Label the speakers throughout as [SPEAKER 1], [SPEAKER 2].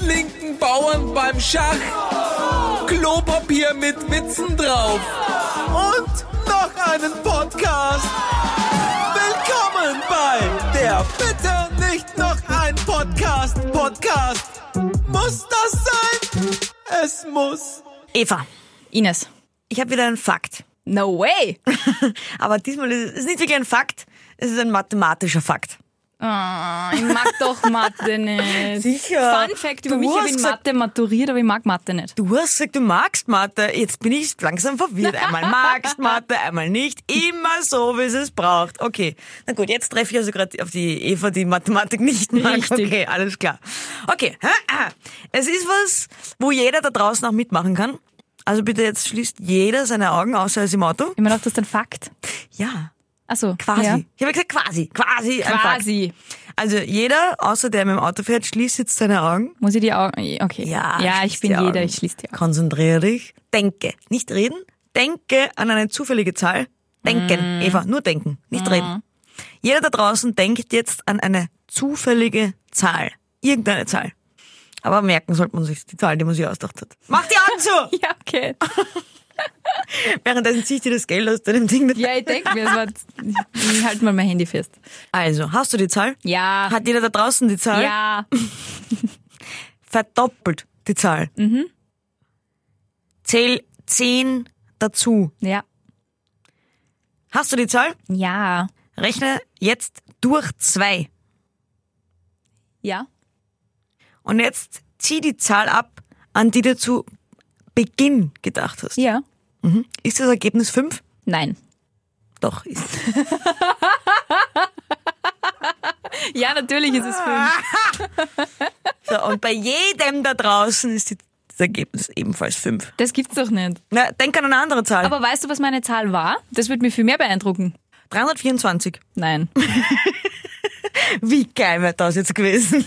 [SPEAKER 1] linken Bauern beim Schach. Klopapier mit Witzen drauf. Und noch einen Podcast. Willkommen bei der Bitte nicht noch ein Podcast. Podcast. Muss das sein? Es muss.
[SPEAKER 2] Eva, Ines.
[SPEAKER 3] Ich habe wieder einen Fakt.
[SPEAKER 2] No way!
[SPEAKER 3] Aber diesmal ist es ist nicht wirklich ein Fakt, es ist ein mathematischer Fakt.
[SPEAKER 2] Ah, ich mag doch Mathe nicht.
[SPEAKER 3] Sicher.
[SPEAKER 2] Fun Fact über
[SPEAKER 3] Du
[SPEAKER 2] mich, ich
[SPEAKER 3] hast
[SPEAKER 2] habe in
[SPEAKER 3] gesagt-
[SPEAKER 2] Mathe maturiert, aber ich mag Mathe nicht.
[SPEAKER 3] Du hast gesagt, du magst Mathe. Jetzt bin ich langsam verwirrt. Einmal magst Mathe, einmal nicht. Immer so, wie es es braucht. Okay. Na gut, jetzt treffe ich also gerade auf die Eva, die Mathematik nicht mag.
[SPEAKER 2] Richtig.
[SPEAKER 3] Okay, alles klar. Okay. Es ist was, wo jeder da draußen auch mitmachen kann. Also bitte jetzt schließt jeder seine Augen, außer er ist im Auto.
[SPEAKER 2] Ich meine, das ist ein Fakt.
[SPEAKER 3] Ja,
[SPEAKER 2] Also
[SPEAKER 3] quasi.
[SPEAKER 2] Ja.
[SPEAKER 3] Ich habe gesagt quasi, quasi. ein Fakt.
[SPEAKER 2] Quasi.
[SPEAKER 3] Also jeder, außer der mit dem Auto fährt, schließt jetzt seine Augen.
[SPEAKER 2] Muss ich die Augen. Okay.
[SPEAKER 3] Ja,
[SPEAKER 2] ja ich
[SPEAKER 3] schließ
[SPEAKER 2] bin
[SPEAKER 3] die
[SPEAKER 2] jeder,
[SPEAKER 3] Augen.
[SPEAKER 2] ich schließe die Augen.
[SPEAKER 3] Konzentriere dich. Denke. Nicht reden. Denke an eine zufällige Zahl. Denken, Eva. Nur denken. Nicht reden. Jeder da draußen denkt jetzt an eine zufällige Zahl. Irgendeine Zahl. Aber merken sollte man sich die Zahl, die man sich ausgedacht hat. Mach die Augen zu!
[SPEAKER 2] Ja, okay.
[SPEAKER 3] Währenddessen ziehe ich dir das Geld aus deinem Ding. mit.
[SPEAKER 2] Ja, ich denke mir, es war. Ich halte mal mein Handy fest.
[SPEAKER 3] Also, hast du die Zahl?
[SPEAKER 2] Ja.
[SPEAKER 3] Hat jeder da draußen die Zahl?
[SPEAKER 2] ja.
[SPEAKER 3] Verdoppelt die Zahl. Zähl 10 dazu.
[SPEAKER 2] Ja.
[SPEAKER 3] Hast du die Zahl?
[SPEAKER 2] Ja.
[SPEAKER 3] Rechne jetzt durch zwei.
[SPEAKER 2] Ja.
[SPEAKER 3] Und jetzt zieh die Zahl ab, an die du zu Beginn gedacht hast.
[SPEAKER 2] Ja.
[SPEAKER 3] Ist das Ergebnis fünf?
[SPEAKER 2] Nein.
[SPEAKER 3] Doch, ist. es.
[SPEAKER 2] Ja, natürlich ist es fünf.
[SPEAKER 3] So, und bei jedem da draußen ist die, das Ergebnis ebenfalls fünf.
[SPEAKER 2] Das gibt's doch nicht.
[SPEAKER 3] Na, denk an eine andere Zahl.
[SPEAKER 2] Aber weißt du, was meine Zahl war? Das würde mich viel mehr beeindrucken.
[SPEAKER 3] 324.
[SPEAKER 2] Nein.
[SPEAKER 3] Wie geil wäre das jetzt gewesen?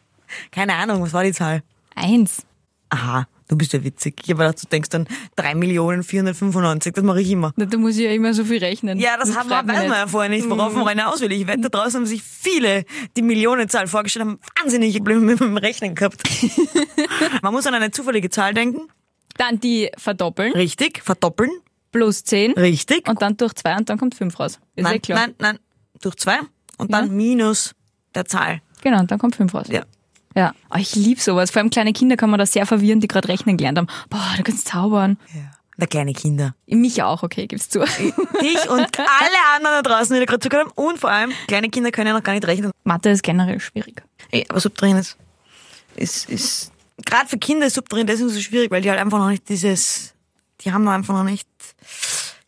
[SPEAKER 3] Keine Ahnung, was war die Zahl?
[SPEAKER 2] Eins.
[SPEAKER 3] Aha, du bist ja witzig. Ich habe gedacht, du denkst dann 3.495.000, das mache ich immer.
[SPEAKER 2] Na, Da muss ich ja immer so viel rechnen.
[SPEAKER 3] Ja, das, haben wir,
[SPEAKER 2] schreibt
[SPEAKER 3] weiß
[SPEAKER 2] man nicht. Mhm.
[SPEAKER 3] man ja vorher nicht, worauf man hinaus will. Ich wette, da draußen haben sich viele die Millionenzahl vorgestellt, haben wahnsinnige Probleme mit dem Rechnen gehabt. man muss an eine zufällige Zahl denken.
[SPEAKER 2] Dann die verdoppeln,
[SPEAKER 3] Richtig. Verdoppeln.
[SPEAKER 2] plus 10
[SPEAKER 3] Richtig.
[SPEAKER 2] und dann durch 2 und dann kommt 5 raus. Ist eh
[SPEAKER 3] nein,
[SPEAKER 2] klar.
[SPEAKER 3] nein, nein. Durch zwei. Und dann
[SPEAKER 2] Ja.
[SPEAKER 3] minus der Zahl.
[SPEAKER 2] Genau, und dann kommt 5 raus.
[SPEAKER 3] Ja.
[SPEAKER 2] Ja, oh, ich liebe sowas. Vor allem kleine Kinder kann man da sehr verwirren, die gerade rechnen gelernt haben. Boah, du kannst zaubern.
[SPEAKER 3] ja. Der kleine Kinder.
[SPEAKER 2] Mich auch, okay, gib's zu.
[SPEAKER 3] Dich und alle anderen da draußen, die da gerade zugehört haben. Und vor allem, kleine Kinder können ja noch gar nicht rechnen.
[SPEAKER 2] Mathe ist generell schwierig.
[SPEAKER 3] Ey, aber Subterrän ist, ist, ist gerade für Kinder ist Subterrän deswegen so schwierig, weil die halt einfach noch nicht dieses, die haben einfach noch nicht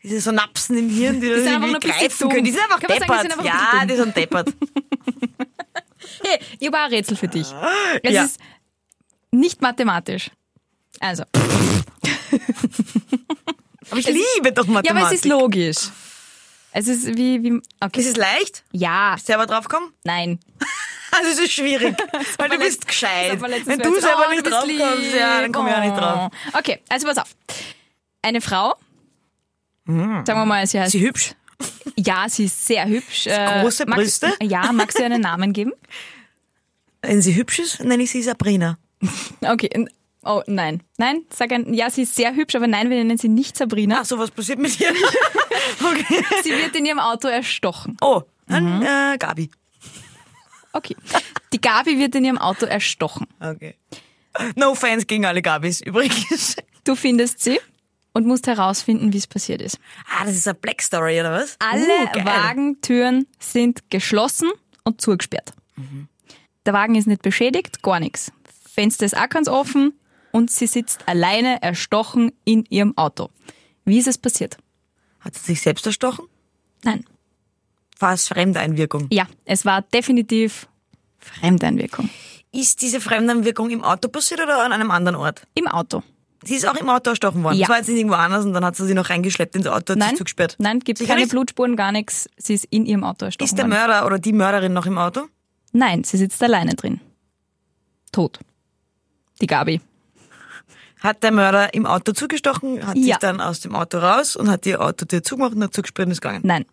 [SPEAKER 3] diese Synapsen im Hirn, die, das
[SPEAKER 2] sind einfach
[SPEAKER 3] irgendwie
[SPEAKER 2] noch ein bisschen
[SPEAKER 3] greifen
[SPEAKER 2] dumm.
[SPEAKER 3] können. Die sind einfach
[SPEAKER 2] Kann man
[SPEAKER 3] deppert.
[SPEAKER 2] sagen, die sind einfach
[SPEAKER 3] ja,
[SPEAKER 2] ein
[SPEAKER 3] die
[SPEAKER 2] bisschen
[SPEAKER 3] sind deppert.
[SPEAKER 2] Hey, ich habe auch ein Rätsel für dich. Es
[SPEAKER 3] Ja.
[SPEAKER 2] ist nicht mathematisch. Also,
[SPEAKER 3] Aber ich liebe doch Mathematik.
[SPEAKER 2] ja, aber es ist logisch. Es ist wie, wie, okay.
[SPEAKER 3] Ist es leicht?
[SPEAKER 2] Ja,
[SPEAKER 3] Selber draufkommen?
[SPEAKER 2] nein.
[SPEAKER 3] Also es ist schwierig, weil du bist
[SPEAKER 2] Das
[SPEAKER 3] gescheit.
[SPEAKER 2] ist aber letztes
[SPEAKER 3] Wenn
[SPEAKER 2] Mal
[SPEAKER 3] du
[SPEAKER 2] jetzt,
[SPEAKER 3] selber
[SPEAKER 2] oh,
[SPEAKER 3] nicht
[SPEAKER 2] du bist
[SPEAKER 3] draufkommst,
[SPEAKER 2] lieb,
[SPEAKER 3] ja, dann komm ich auch nicht drauf.
[SPEAKER 2] oh. Okay, also pass auf. Eine Frau, sagen wir mal, sie heißt,
[SPEAKER 3] Hm. Sie hübsch?
[SPEAKER 2] ja, sie ist sehr hübsch. äh,
[SPEAKER 3] große
[SPEAKER 2] magst-
[SPEAKER 3] Brüste?
[SPEAKER 2] Ja, magst du ihr einen Namen geben?
[SPEAKER 3] Wenn sie hübsch ist, nenne ich sie Sabrina.
[SPEAKER 2] Okay, n- oh nein. Nein, sag ein, ja, sie ist sehr hübsch, aber nein, wir nennen sie nicht Sabrina.
[SPEAKER 3] Ach so, was passiert mit ihr? okay.
[SPEAKER 2] Sie wird in ihrem Auto erstochen.
[SPEAKER 3] Oh,
[SPEAKER 2] Mhm.
[SPEAKER 3] dann äh, Gabi.
[SPEAKER 2] Okay. Die Gabi wird in ihrem Auto erstochen.
[SPEAKER 3] Okay. No Fans gegen alle Gabis übrigens.
[SPEAKER 2] Du findest sie und musst herausfinden, wie es passiert ist.
[SPEAKER 3] Ah, das ist eine Black Story, oder was?
[SPEAKER 2] Alle
[SPEAKER 3] Uh, geil.
[SPEAKER 2] Wagentüren sind geschlossen und zugesperrt.
[SPEAKER 3] Mhm.
[SPEAKER 2] Der Wagen ist nicht beschädigt, gar nichts. Fenster ist auch ganz offen und sie sitzt alleine erstochen in ihrem Auto. Wie ist es passiert?
[SPEAKER 3] Hat sie sich selbst erstochen?
[SPEAKER 2] Nein.
[SPEAKER 3] War es Fremdeinwirkung?
[SPEAKER 2] Ja, es war definitiv Fremdeinwirkung.
[SPEAKER 3] Ist diese Fremdeinwirkung im Auto passiert oder an einem anderen Ort?
[SPEAKER 2] Im Auto.
[SPEAKER 3] Sie ist auch im Auto erstochen worden.
[SPEAKER 2] Ja.
[SPEAKER 3] Das war jetzt nicht irgendwo anders und dann hat sie sie noch reingeschleppt ins Auto und
[SPEAKER 2] Nein,
[SPEAKER 3] sich zugesperrt.
[SPEAKER 2] nein, gibt
[SPEAKER 3] Sicher
[SPEAKER 2] keine
[SPEAKER 3] nicht?
[SPEAKER 2] Blutspuren, gar nichts. Sie ist in ihrem Auto erstochen
[SPEAKER 3] Ist der
[SPEAKER 2] worden.
[SPEAKER 3] Mörder oder die Mörderin noch im Auto?
[SPEAKER 2] Nein, sie sitzt alleine drin. Tot. Die Gabi.
[SPEAKER 3] Hat der Mörder im Auto zugestochen, hat
[SPEAKER 2] Ja.
[SPEAKER 3] sich dann aus dem Auto raus und hat ihr Auto dir zugemacht und hat zugesperrt und ist gegangen.
[SPEAKER 2] Nein.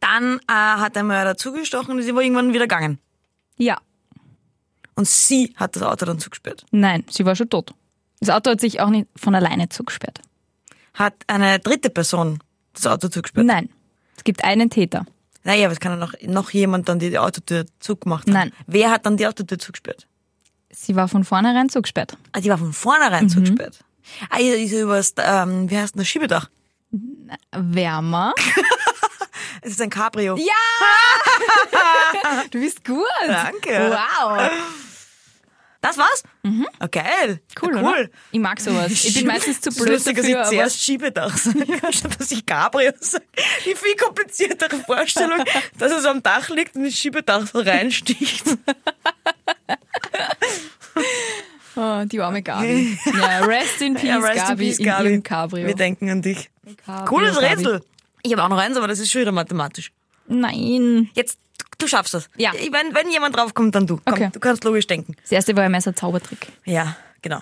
[SPEAKER 3] Dann äh, hat der Mörder zugestochen und ist irgendwann wieder gegangen.
[SPEAKER 2] Ja.
[SPEAKER 3] Und sie hat das Auto dann zugesperrt.
[SPEAKER 2] Nein, sie war schon tot. Das Auto hat sich auch nicht von alleine zugesperrt.
[SPEAKER 3] Hat eine dritte Person das Auto zugesperrt?
[SPEAKER 2] Nein, es gibt einen Täter.
[SPEAKER 3] Naja, aber es kann ja noch, noch jemand dann die, die Autotür zugemacht haben.
[SPEAKER 2] Nein.
[SPEAKER 3] Wer hat dann die Autotür zugesperrt?
[SPEAKER 2] Sie war von vornherein zugesperrt.
[SPEAKER 3] Ah, die war von vornherein
[SPEAKER 2] Mhm.
[SPEAKER 3] zugesperrt. Ah, ja, ist ja übers, ähm, wie heißt denn das Schiebedach?
[SPEAKER 2] Wärmer.
[SPEAKER 3] Es ist ein Cabrio.
[SPEAKER 2] Du bist gut.
[SPEAKER 3] Danke.
[SPEAKER 2] Wow.
[SPEAKER 3] Das war's? Mhm. Okay. Geil.
[SPEAKER 2] Cool,
[SPEAKER 3] ja,
[SPEAKER 2] Oder? Ich mag sowas. Ich bin meistens zu
[SPEAKER 3] Es ist
[SPEAKER 2] blöd
[SPEAKER 3] lustig,
[SPEAKER 2] dafür,
[SPEAKER 3] dass ich
[SPEAKER 2] aber
[SPEAKER 3] zuerst Schiebedach sage, statt dass ich Cabrio sage. Die viel kompliziertere Vorstellung, dass es am Dach liegt und das Schiebedach so reinsticht.
[SPEAKER 2] oh, die arme Gabi. Ja, rest in peace,
[SPEAKER 3] rest in
[SPEAKER 2] Gabi,
[SPEAKER 3] peace,
[SPEAKER 2] in
[SPEAKER 3] Gabi.
[SPEAKER 2] ihrem Cabrio.
[SPEAKER 3] Wir denken an dich.
[SPEAKER 2] Cabrio,
[SPEAKER 3] Cooles
[SPEAKER 2] Gabi.
[SPEAKER 3] Rätsel. Ich habe auch noch eins, aber das ist schwieriger mathematisch.
[SPEAKER 2] Nein.
[SPEAKER 3] Jetzt, du- du schaffst das.
[SPEAKER 2] Ja.
[SPEAKER 3] Ich- Wenn, wenn jemand draufkommt, dann du. Komm,
[SPEAKER 2] Okay.
[SPEAKER 3] Du kannst logisch denken.
[SPEAKER 2] Das erste war ja meist ein Zaubertrick.
[SPEAKER 3] Ja, genau.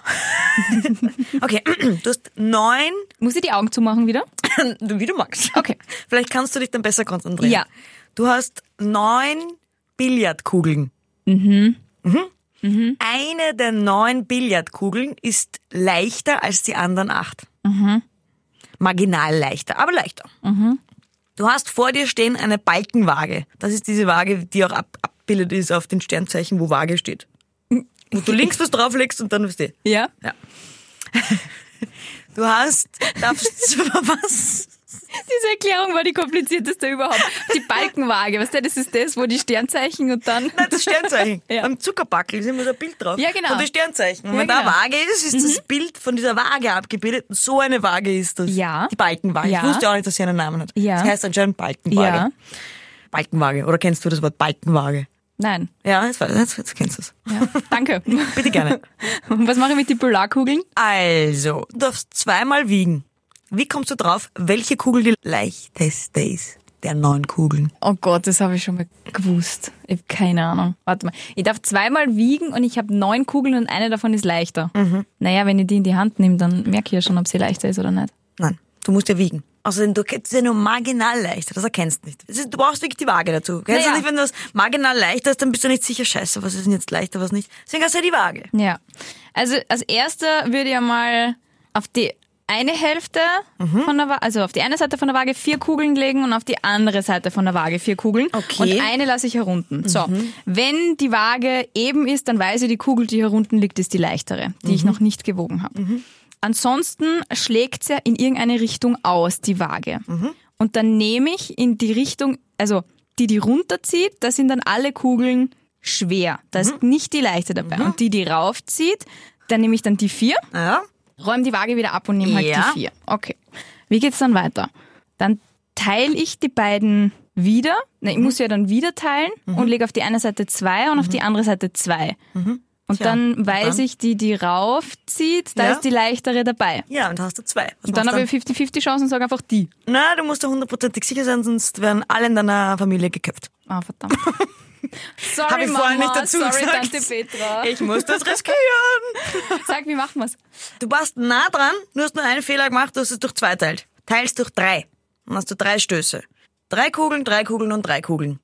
[SPEAKER 3] okay, du hast neun,
[SPEAKER 2] Muss ich die Augen zumachen wieder?
[SPEAKER 3] wie du magst.
[SPEAKER 2] Okay.
[SPEAKER 3] Vielleicht kannst du dich dann besser konzentrieren.
[SPEAKER 2] Ja.
[SPEAKER 3] Du hast neun Billardkugeln. Mhm. Mhm. Eine der neun Billardkugeln ist leichter als die anderen acht. Mhm. Marginal leichter, aber leichter. Mhm. Du hast vor dir stehen eine Balkenwaage. Das ist diese Waage, die auch ab abbildet ist auf den Sternzeichen, wo Waage steht. Wo du links was drauflegst und dann was die.
[SPEAKER 2] Ja?
[SPEAKER 3] Du hast, darfst, was?
[SPEAKER 2] Diese Erklärung war die komplizierteste überhaupt. Die Balkenwaage, weißt du, das ist das, wo die Sternzeichen und dann...
[SPEAKER 3] Nein, das Sternzeichen.
[SPEAKER 2] Ja.
[SPEAKER 3] Am Zuckerpackel ist immer so ein Bild drauf.
[SPEAKER 2] Ja, genau.
[SPEAKER 3] Von den Sternzeichen. Und
[SPEAKER 2] Ja,
[SPEAKER 3] wenn da
[SPEAKER 2] genau.
[SPEAKER 3] Waage ist, ist das Bild von dieser Waage abgebildet. Und so eine Waage ist das.
[SPEAKER 2] Ja.
[SPEAKER 3] Die Balkenwaage.
[SPEAKER 2] Ja.
[SPEAKER 3] Ich wusste auch nicht, dass sie einen Namen hat.
[SPEAKER 2] Ja.
[SPEAKER 3] Das heißt anscheinend Balkenwaage.
[SPEAKER 2] ja.
[SPEAKER 3] Balkenwaage. Oder kennst du das Wort Balkenwaage?
[SPEAKER 2] Nein.
[SPEAKER 3] Ja, jetzt, jetzt, jetzt kennst du es.
[SPEAKER 2] Ja. Danke.
[SPEAKER 3] Bitte gerne.
[SPEAKER 2] Und was mache ich mit den Polarkugeln?
[SPEAKER 3] also, du darfst zweimal wiegen. Wie kommst du drauf, welche Kugel die leichteste ist? Der neun Kugeln.
[SPEAKER 2] Oh Gott, das habe ich schon mal gewusst. Ich habe keine Ahnung. Warte mal. Ich darf zweimal wiegen und ich habe neun Kugeln und eine davon ist leichter.
[SPEAKER 3] Mhm.
[SPEAKER 2] Naja, wenn ich die in die Hand nehme, dann merke ich ja schon, ob sie leichter ist oder nicht.
[SPEAKER 3] Nein, du musst ja wiegen. Außerdem, du kennst ja nur marginal leichter, das erkennst du nicht. Es ist- Du brauchst wirklich die Waage dazu. Kennst
[SPEAKER 2] Naja.
[SPEAKER 3] du nicht, wenn das marginal leichter ist, dann bist du nicht sicher, scheiße, was ist denn jetzt leichter, was nicht. Deswegen hast du ja die Waage.
[SPEAKER 2] Ja. Also als erster würde ich mal auf die eine Hälfte von der Waage, also auf die eine Seite von der Waage vier Kugeln legen und auf die andere Seite von der Waage vier Kugeln.
[SPEAKER 3] Okay.
[SPEAKER 2] Und eine lasse ich herunten. So, wenn die Waage eben ist, dann weiß ich, die Kugel, die herunten liegt, ist die leichtere, die ich noch nicht gewogen habe. Ansonsten schlägt es ja in irgendeine Richtung aus, die Waage. Und dann nehme ich in die Richtung, also die, die runterzieht, da sind dann alle Kugeln schwer. Da ist nicht die leichte dabei. Und die, die raufzieht, dann nehme ich dann die vier,
[SPEAKER 3] Ja.
[SPEAKER 2] räume die Waage wieder ab und nehme halt
[SPEAKER 3] Ja.
[SPEAKER 2] die vier. Okay. Wie geht's dann weiter? Dann teile ich die beiden wieder. Ne,
[SPEAKER 3] Mhm.
[SPEAKER 2] ich muss ja dann wieder teilen und lege auf die eine Seite zwei und auf die andere Seite zwei. Und
[SPEAKER 3] Mhm. Tja,
[SPEAKER 2] dann weiß
[SPEAKER 3] dann?
[SPEAKER 2] ich, die, die raufzieht, da
[SPEAKER 3] Ja.
[SPEAKER 2] ist die leichtere dabei.
[SPEAKER 3] ja, und hast du zwei. Was
[SPEAKER 2] Und dann
[SPEAKER 3] machst du
[SPEAKER 2] habe ich 50-50 Chancen und sage einfach die.
[SPEAKER 3] Na, du musst da hundertprozentig sicher sein, sonst werden alle in deiner Familie geköpft.
[SPEAKER 2] Ah, verdammt. Sorry,
[SPEAKER 3] Hab ich
[SPEAKER 2] Mama.
[SPEAKER 3] vorher nicht dazu
[SPEAKER 2] Sorry,
[SPEAKER 3] gesagt.
[SPEAKER 2] Tante Petra.
[SPEAKER 3] Ich muss das riskieren.
[SPEAKER 2] Sag, wie macht man's?
[SPEAKER 3] Du warst nah dran, du hast nur einen Fehler gemacht, du hast es durch zwei teilt. Teilst durch drei. Dann hast du drei Stöße. Drei Kugeln, drei Kugeln und drei Kugeln.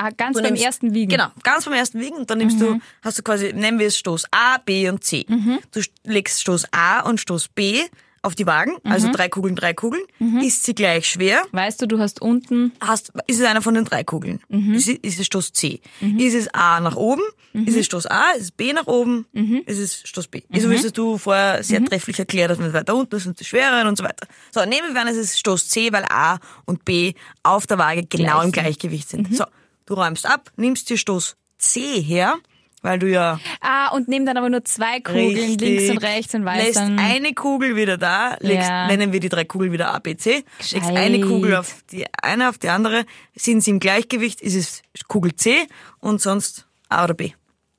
[SPEAKER 2] Ah, ganz
[SPEAKER 3] Du
[SPEAKER 2] beim
[SPEAKER 3] nimmst-
[SPEAKER 2] ersten Wiegen. Mhm.
[SPEAKER 3] Genau, ganz beim ersten Wiegen und dann nimmst du, hast du quasi, nennen wir es Stoß A, B und C. Du st- legst Stoß A und Stoß B auf die Wagen,
[SPEAKER 2] Mhm.
[SPEAKER 3] also drei Kugeln, drei Kugeln. Ist sie gleich schwer?
[SPEAKER 2] Weißt du, du hast unten.
[SPEAKER 3] Hast, ist es einer von den drei Kugeln? Ist, es- ist es Stoß C? Ist es A nach oben? Ist es Stoß A? Ist es B nach oben? Ist es Stoß B? So wie es du vorher sehr trefflich erklärt hast, mit weiter unten das sind die schwereren und so weiter. So, nehmen wir an, es ist Stoß C, weil A und B auf der Waage genau
[SPEAKER 2] Gleich
[SPEAKER 3] im
[SPEAKER 2] sind.
[SPEAKER 3] Gleichgewicht sind. So, du räumst ab, nimmst dir Stoß C her, weil du ja
[SPEAKER 2] Ah, und nimm dann aber nur zwei Kugeln,
[SPEAKER 3] Richtig.
[SPEAKER 2] links und rechts und weiß
[SPEAKER 3] lässt
[SPEAKER 2] dann.
[SPEAKER 3] eine Kugel wieder da, legst,
[SPEAKER 2] Ja.
[SPEAKER 3] nennen wir die drei Kugeln wieder A, B, C, legst
[SPEAKER 2] Gescheit.
[SPEAKER 3] eine Kugel auf die eine, auf die andere, sind sie im Gleichgewicht, ist es Kugel C und sonst A oder B.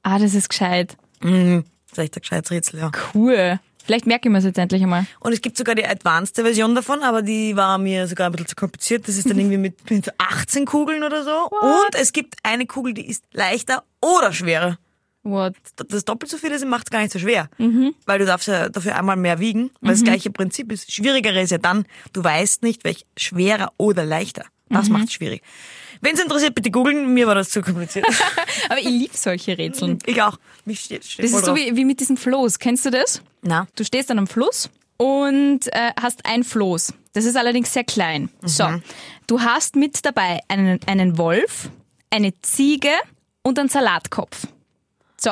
[SPEAKER 2] Ah, das ist gescheit.
[SPEAKER 3] Das ist echt ein gescheites Rätsel, ja.
[SPEAKER 2] Cool. Vielleicht merke ich mir jetzt endlich einmal.
[SPEAKER 3] Und es gibt sogar die advanced Version davon, aber die war mir sogar ein bisschen zu kompliziert. Das ist dann irgendwie mit, mit 18 Kugeln oder so. Und es gibt eine Kugel, die ist leichter oder schwerer.
[SPEAKER 2] What?
[SPEAKER 3] das doppelt so viel ist, macht es gar nicht so schwer.
[SPEAKER 2] Mhm.
[SPEAKER 3] Weil du darfst ja dafür einmal mehr wiegen, weil das gleiche Prinzip ist. Schwieriger ist ja dann, du weißt nicht, welch schwerer oder leichter. Das
[SPEAKER 2] Mhm.
[SPEAKER 3] macht es schwierig. Wenn es interessiert, bitte googeln. Mir war das zu kompliziert.
[SPEAKER 2] Aber ich liebe solche Rätseln.
[SPEAKER 3] ich auch. Mich steht, steht
[SPEAKER 2] Das
[SPEAKER 3] voll
[SPEAKER 2] ist so
[SPEAKER 3] drauf.
[SPEAKER 2] wie, wie mit diesem Floß. Kennst du das?
[SPEAKER 3] Na,
[SPEAKER 2] Du stehst an einem Fluss und äh, hast ein Floß. Das ist allerdings sehr klein.
[SPEAKER 3] Mhm.
[SPEAKER 2] So, du hast mit dabei einen, einen Wolf, eine Ziege und einen Salatkopf. So,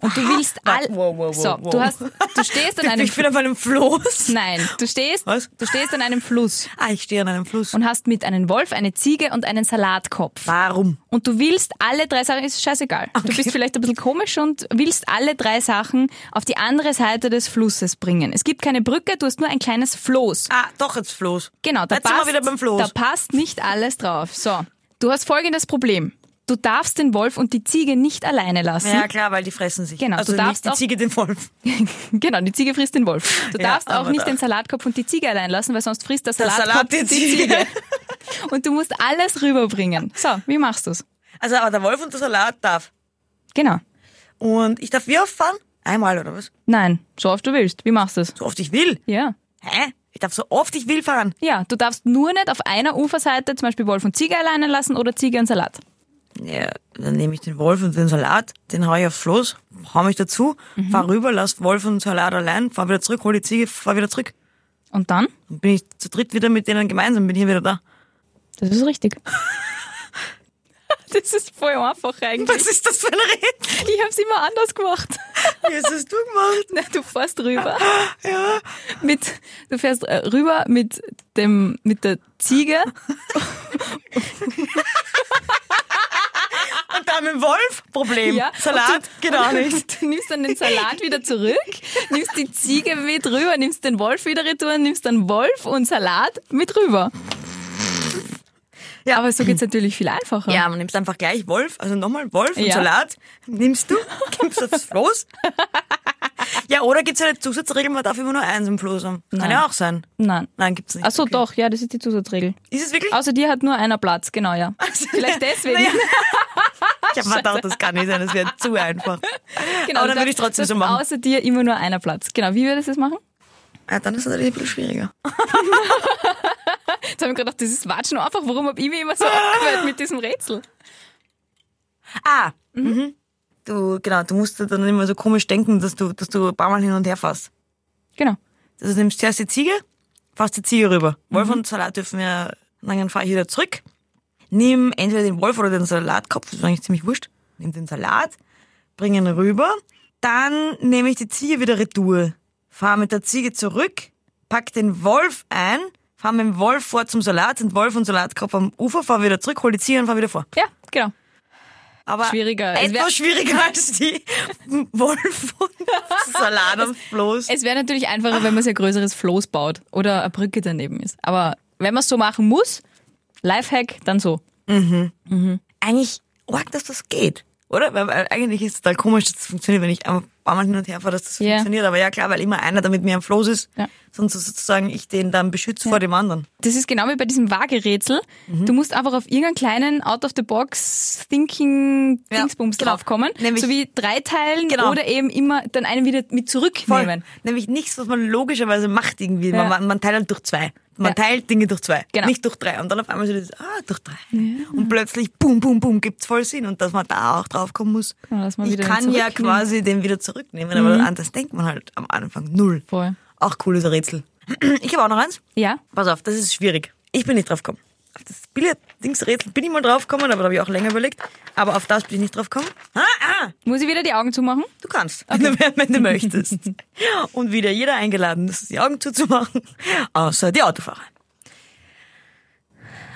[SPEAKER 2] und du willst all...
[SPEAKER 3] Ah, Wow, wow, wow,
[SPEAKER 2] so,
[SPEAKER 3] wow.
[SPEAKER 2] du, hast, du stehst an einem...
[SPEAKER 3] ich bin auf einem Floß.
[SPEAKER 2] Nein, du stehst,
[SPEAKER 3] Was?
[SPEAKER 2] du stehst an einem Fluss
[SPEAKER 3] Ah, ich stehe an einem Fluss.
[SPEAKER 2] und hast mit einem Wolf, eine Ziege und einen Salatkopf.
[SPEAKER 3] Warum?
[SPEAKER 2] und du willst alle drei Sachen, ist scheißegal. Du bist vielleicht ein bisschen komisch und willst alle drei Sachen auf die andere Seite des Flusses bringen. Es gibt keine Brücke, du hast nur ein kleines Floß.
[SPEAKER 3] Ah, doch jetzt Floß.
[SPEAKER 2] Genau, da
[SPEAKER 3] jetzt sind
[SPEAKER 2] passt,
[SPEAKER 3] wir wieder beim Floß.
[SPEAKER 2] da passt nicht alles drauf. So, du hast folgendes Problem. Du darfst den Wolf und die Ziege nicht alleine lassen.
[SPEAKER 3] ja, klar, weil die fressen sich.
[SPEAKER 2] Genau,
[SPEAKER 3] also
[SPEAKER 2] du
[SPEAKER 3] nicht
[SPEAKER 2] darfst
[SPEAKER 3] die
[SPEAKER 2] auch-
[SPEAKER 3] Ziege den Wolf.
[SPEAKER 2] Genau, die Ziege frisst den Wolf. Du
[SPEAKER 3] Ja,
[SPEAKER 2] darfst auch
[SPEAKER 3] aber
[SPEAKER 2] nicht
[SPEAKER 3] da-
[SPEAKER 2] den Salatkopf und die Ziege allein lassen, weil sonst frisst der
[SPEAKER 3] Der
[SPEAKER 2] Salatkopf
[SPEAKER 3] Salat die Ziege.
[SPEAKER 2] und du musst alles rüberbringen. So, wie machst du's?
[SPEAKER 3] Also, aber der Wolf und der Salat darf.
[SPEAKER 2] Genau.
[SPEAKER 3] Und ich darf wie oft fahren? Einmal oder was?
[SPEAKER 2] Nein, so oft du willst. Wie machst du's?
[SPEAKER 3] So oft ich will.
[SPEAKER 2] Ja.
[SPEAKER 3] Hä? Ich darf so oft ich will fahren.
[SPEAKER 2] Ja, du darfst nur nicht auf einer Uferseite zum Beispiel Wolf und Ziege alleine lassen oder Ziege und Salat.
[SPEAKER 3] Ja, dann nehme ich den Wolf und den Salat, den hau ich aufs Floß, hau mich dazu, fahr rüber, lass Wolf und Salat allein, fahr wieder zurück, hol die Ziege, fahr wieder zurück.
[SPEAKER 2] Und dann?
[SPEAKER 3] Dann bin ich zu dritt wieder mit denen gemeinsam, bin hier wieder da.
[SPEAKER 2] Das ist richtig. Das ist voll einfach eigentlich.
[SPEAKER 3] Was ist das für ein Rätsel?
[SPEAKER 2] Ich hab's immer anders gemacht.
[SPEAKER 3] Wie hast das du gemacht?
[SPEAKER 2] Na, Du fährst rüber
[SPEAKER 3] Ja.
[SPEAKER 2] mit, du fährst äh, rüber mit dem, mit der Ziege.
[SPEAKER 3] Und da mit dem Wolf, Problem.
[SPEAKER 2] Ja,
[SPEAKER 3] Salat,
[SPEAKER 2] und du-
[SPEAKER 3] geht auch nicht.
[SPEAKER 2] Du nimmst dann den Salat wieder zurück, nimmst die Ziege mit rüber, nimmst den Wolf wieder retour, nimmst dann Wolf und Salat mit rüber.
[SPEAKER 3] Ja.
[SPEAKER 2] Aber so geht's natürlich viel einfacher.
[SPEAKER 3] Ja, man nimmst einfach gleich Wolf, also nochmal Wolf und
[SPEAKER 2] Ja.
[SPEAKER 3] Salat, nimmst du, gibst aufs Floß. ja, oder gibt's eine Zusatzregel, man darf immer nur eins im Floß haben. Kann
[SPEAKER 2] Nein.
[SPEAKER 3] ja auch sein.
[SPEAKER 2] Nein.
[SPEAKER 3] Nein, gibt's nicht.
[SPEAKER 2] Ach so, doch, ja, das ist die Zusatzregel.
[SPEAKER 3] Ist es wirklich?
[SPEAKER 2] Außer dir hat nur einer Platz, genau, ja. Vielleicht deswegen.
[SPEAKER 3] Naja. Ich hab mir gedacht, das kann nicht sein, das wäre zu einfach.
[SPEAKER 2] genau,
[SPEAKER 3] aber dann
[SPEAKER 2] du
[SPEAKER 3] würde ich
[SPEAKER 2] darfst-
[SPEAKER 3] trotzdem so
[SPEAKER 2] du darfst
[SPEAKER 3] machen.
[SPEAKER 2] Außer dir immer nur einer Platz. Genau, wie würdest du das machen?
[SPEAKER 3] Ja, dann ist es natürlich ein bisschen schwieriger.
[SPEAKER 2] Jetzt habe ich gerade gedacht, das ist Watschen einfach. Warum habe ich mich immer so abgehört mit diesem Rätsel?
[SPEAKER 3] Ah, mhm. du, genau, du musst dann immer so komisch denken, dass du, dass du ein paar Mal hin und her fährst.
[SPEAKER 2] Genau.
[SPEAKER 3] Also du nimmst zuerst die Ziege, fährst die Ziege rüber.
[SPEAKER 2] Mhm.
[SPEAKER 3] Wolf und Salat dürfen ja, und dann fahre ich wieder zurück. Nimm entweder den Wolf oder den Salatkopf, das ist eigentlich ziemlich wurscht. Nimm den Salat, bring ihn rüber. Dann nehme ich die Ziege wieder retour. Fahre mit der Ziege zurück, pack den Wolf ein, fahre mit dem Wolf vor zum Salat, den Wolf und Salatkopf am Ufer, fahre wieder zurück, hol die Ziege und fahre wieder vor.
[SPEAKER 2] Ja, genau.
[SPEAKER 3] Aber
[SPEAKER 2] Schwieriger. Es wär-
[SPEAKER 3] Etwas schwieriger als die Wolf und Salat am Floß.
[SPEAKER 2] Es wäre natürlich einfacher, wenn man sich ein größeres Floß baut oder eine Brücke daneben ist. Aber wenn man es so machen muss, Lifehack, dann so.
[SPEAKER 3] eigentlich arg, dass das geht. Oder? Weil, weil eigentlich ist es total komisch, dass das funktioniert, wenn ich einmal ein paar Mal hin und her fahre, dass das
[SPEAKER 2] Ja.
[SPEAKER 3] funktioniert. Aber ja, klar, weil immer einer damit mir am Floß ist,
[SPEAKER 2] Ja.
[SPEAKER 3] sonst sozusagen ich den dann beschütze vor dem anderen.
[SPEAKER 2] Das ist genau wie bei diesem Waagerätsel.
[SPEAKER 3] Mhm.
[SPEAKER 2] Du musst einfach auf irgendeinen kleinen
[SPEAKER 3] Ja,
[SPEAKER 2] Out-of-the-Box-Thinking-Dingsbums
[SPEAKER 3] genau.
[SPEAKER 2] draufkommen.
[SPEAKER 3] Nämlich-
[SPEAKER 2] so wie drei Teilen
[SPEAKER 3] Genau.
[SPEAKER 2] oder eben immer dann einen wieder mit
[SPEAKER 3] Voll.
[SPEAKER 2] zurücknehmen.
[SPEAKER 3] Nämlich nichts, was man logischerweise macht irgendwie.
[SPEAKER 2] Ja.
[SPEAKER 3] Man, man teilt halt durch zwei. Man
[SPEAKER 2] Ja.
[SPEAKER 3] teilt Dinge durch zwei,
[SPEAKER 2] Genau.
[SPEAKER 3] nicht durch drei. Und dann auf einmal so dieses, ah, durch drei. Und plötzlich, bum, bum, bum, gibt's voll Sinn. Und dass man da auch draufkommen muss.
[SPEAKER 2] Genau, dass man
[SPEAKER 3] ich
[SPEAKER 2] wieder den
[SPEAKER 3] kann ja
[SPEAKER 2] zurücknimmt.
[SPEAKER 3] quasi den wieder zurücknehmen, aber anders denkt man halt am Anfang. Null.
[SPEAKER 2] Voll.
[SPEAKER 3] Auch cooles Rätsel. Ich habe auch noch eins.
[SPEAKER 2] Ja?
[SPEAKER 3] Pass auf, das ist schwierig. Ich bin nicht drauf gekommen. Auf das Billard-Dings-Rätsel bin ich mal drauf gekommen, aber da habe ich auch länger überlegt. Aber auf das bin ich nicht drauf gekommen. Ah, ah,
[SPEAKER 2] Muss ich wieder die Augen zumachen?
[SPEAKER 3] du kannst, wenn, du, wenn du möchtest. Und wieder jeder eingeladen ist, die Augen zuzumachen, außer die Autofahrer.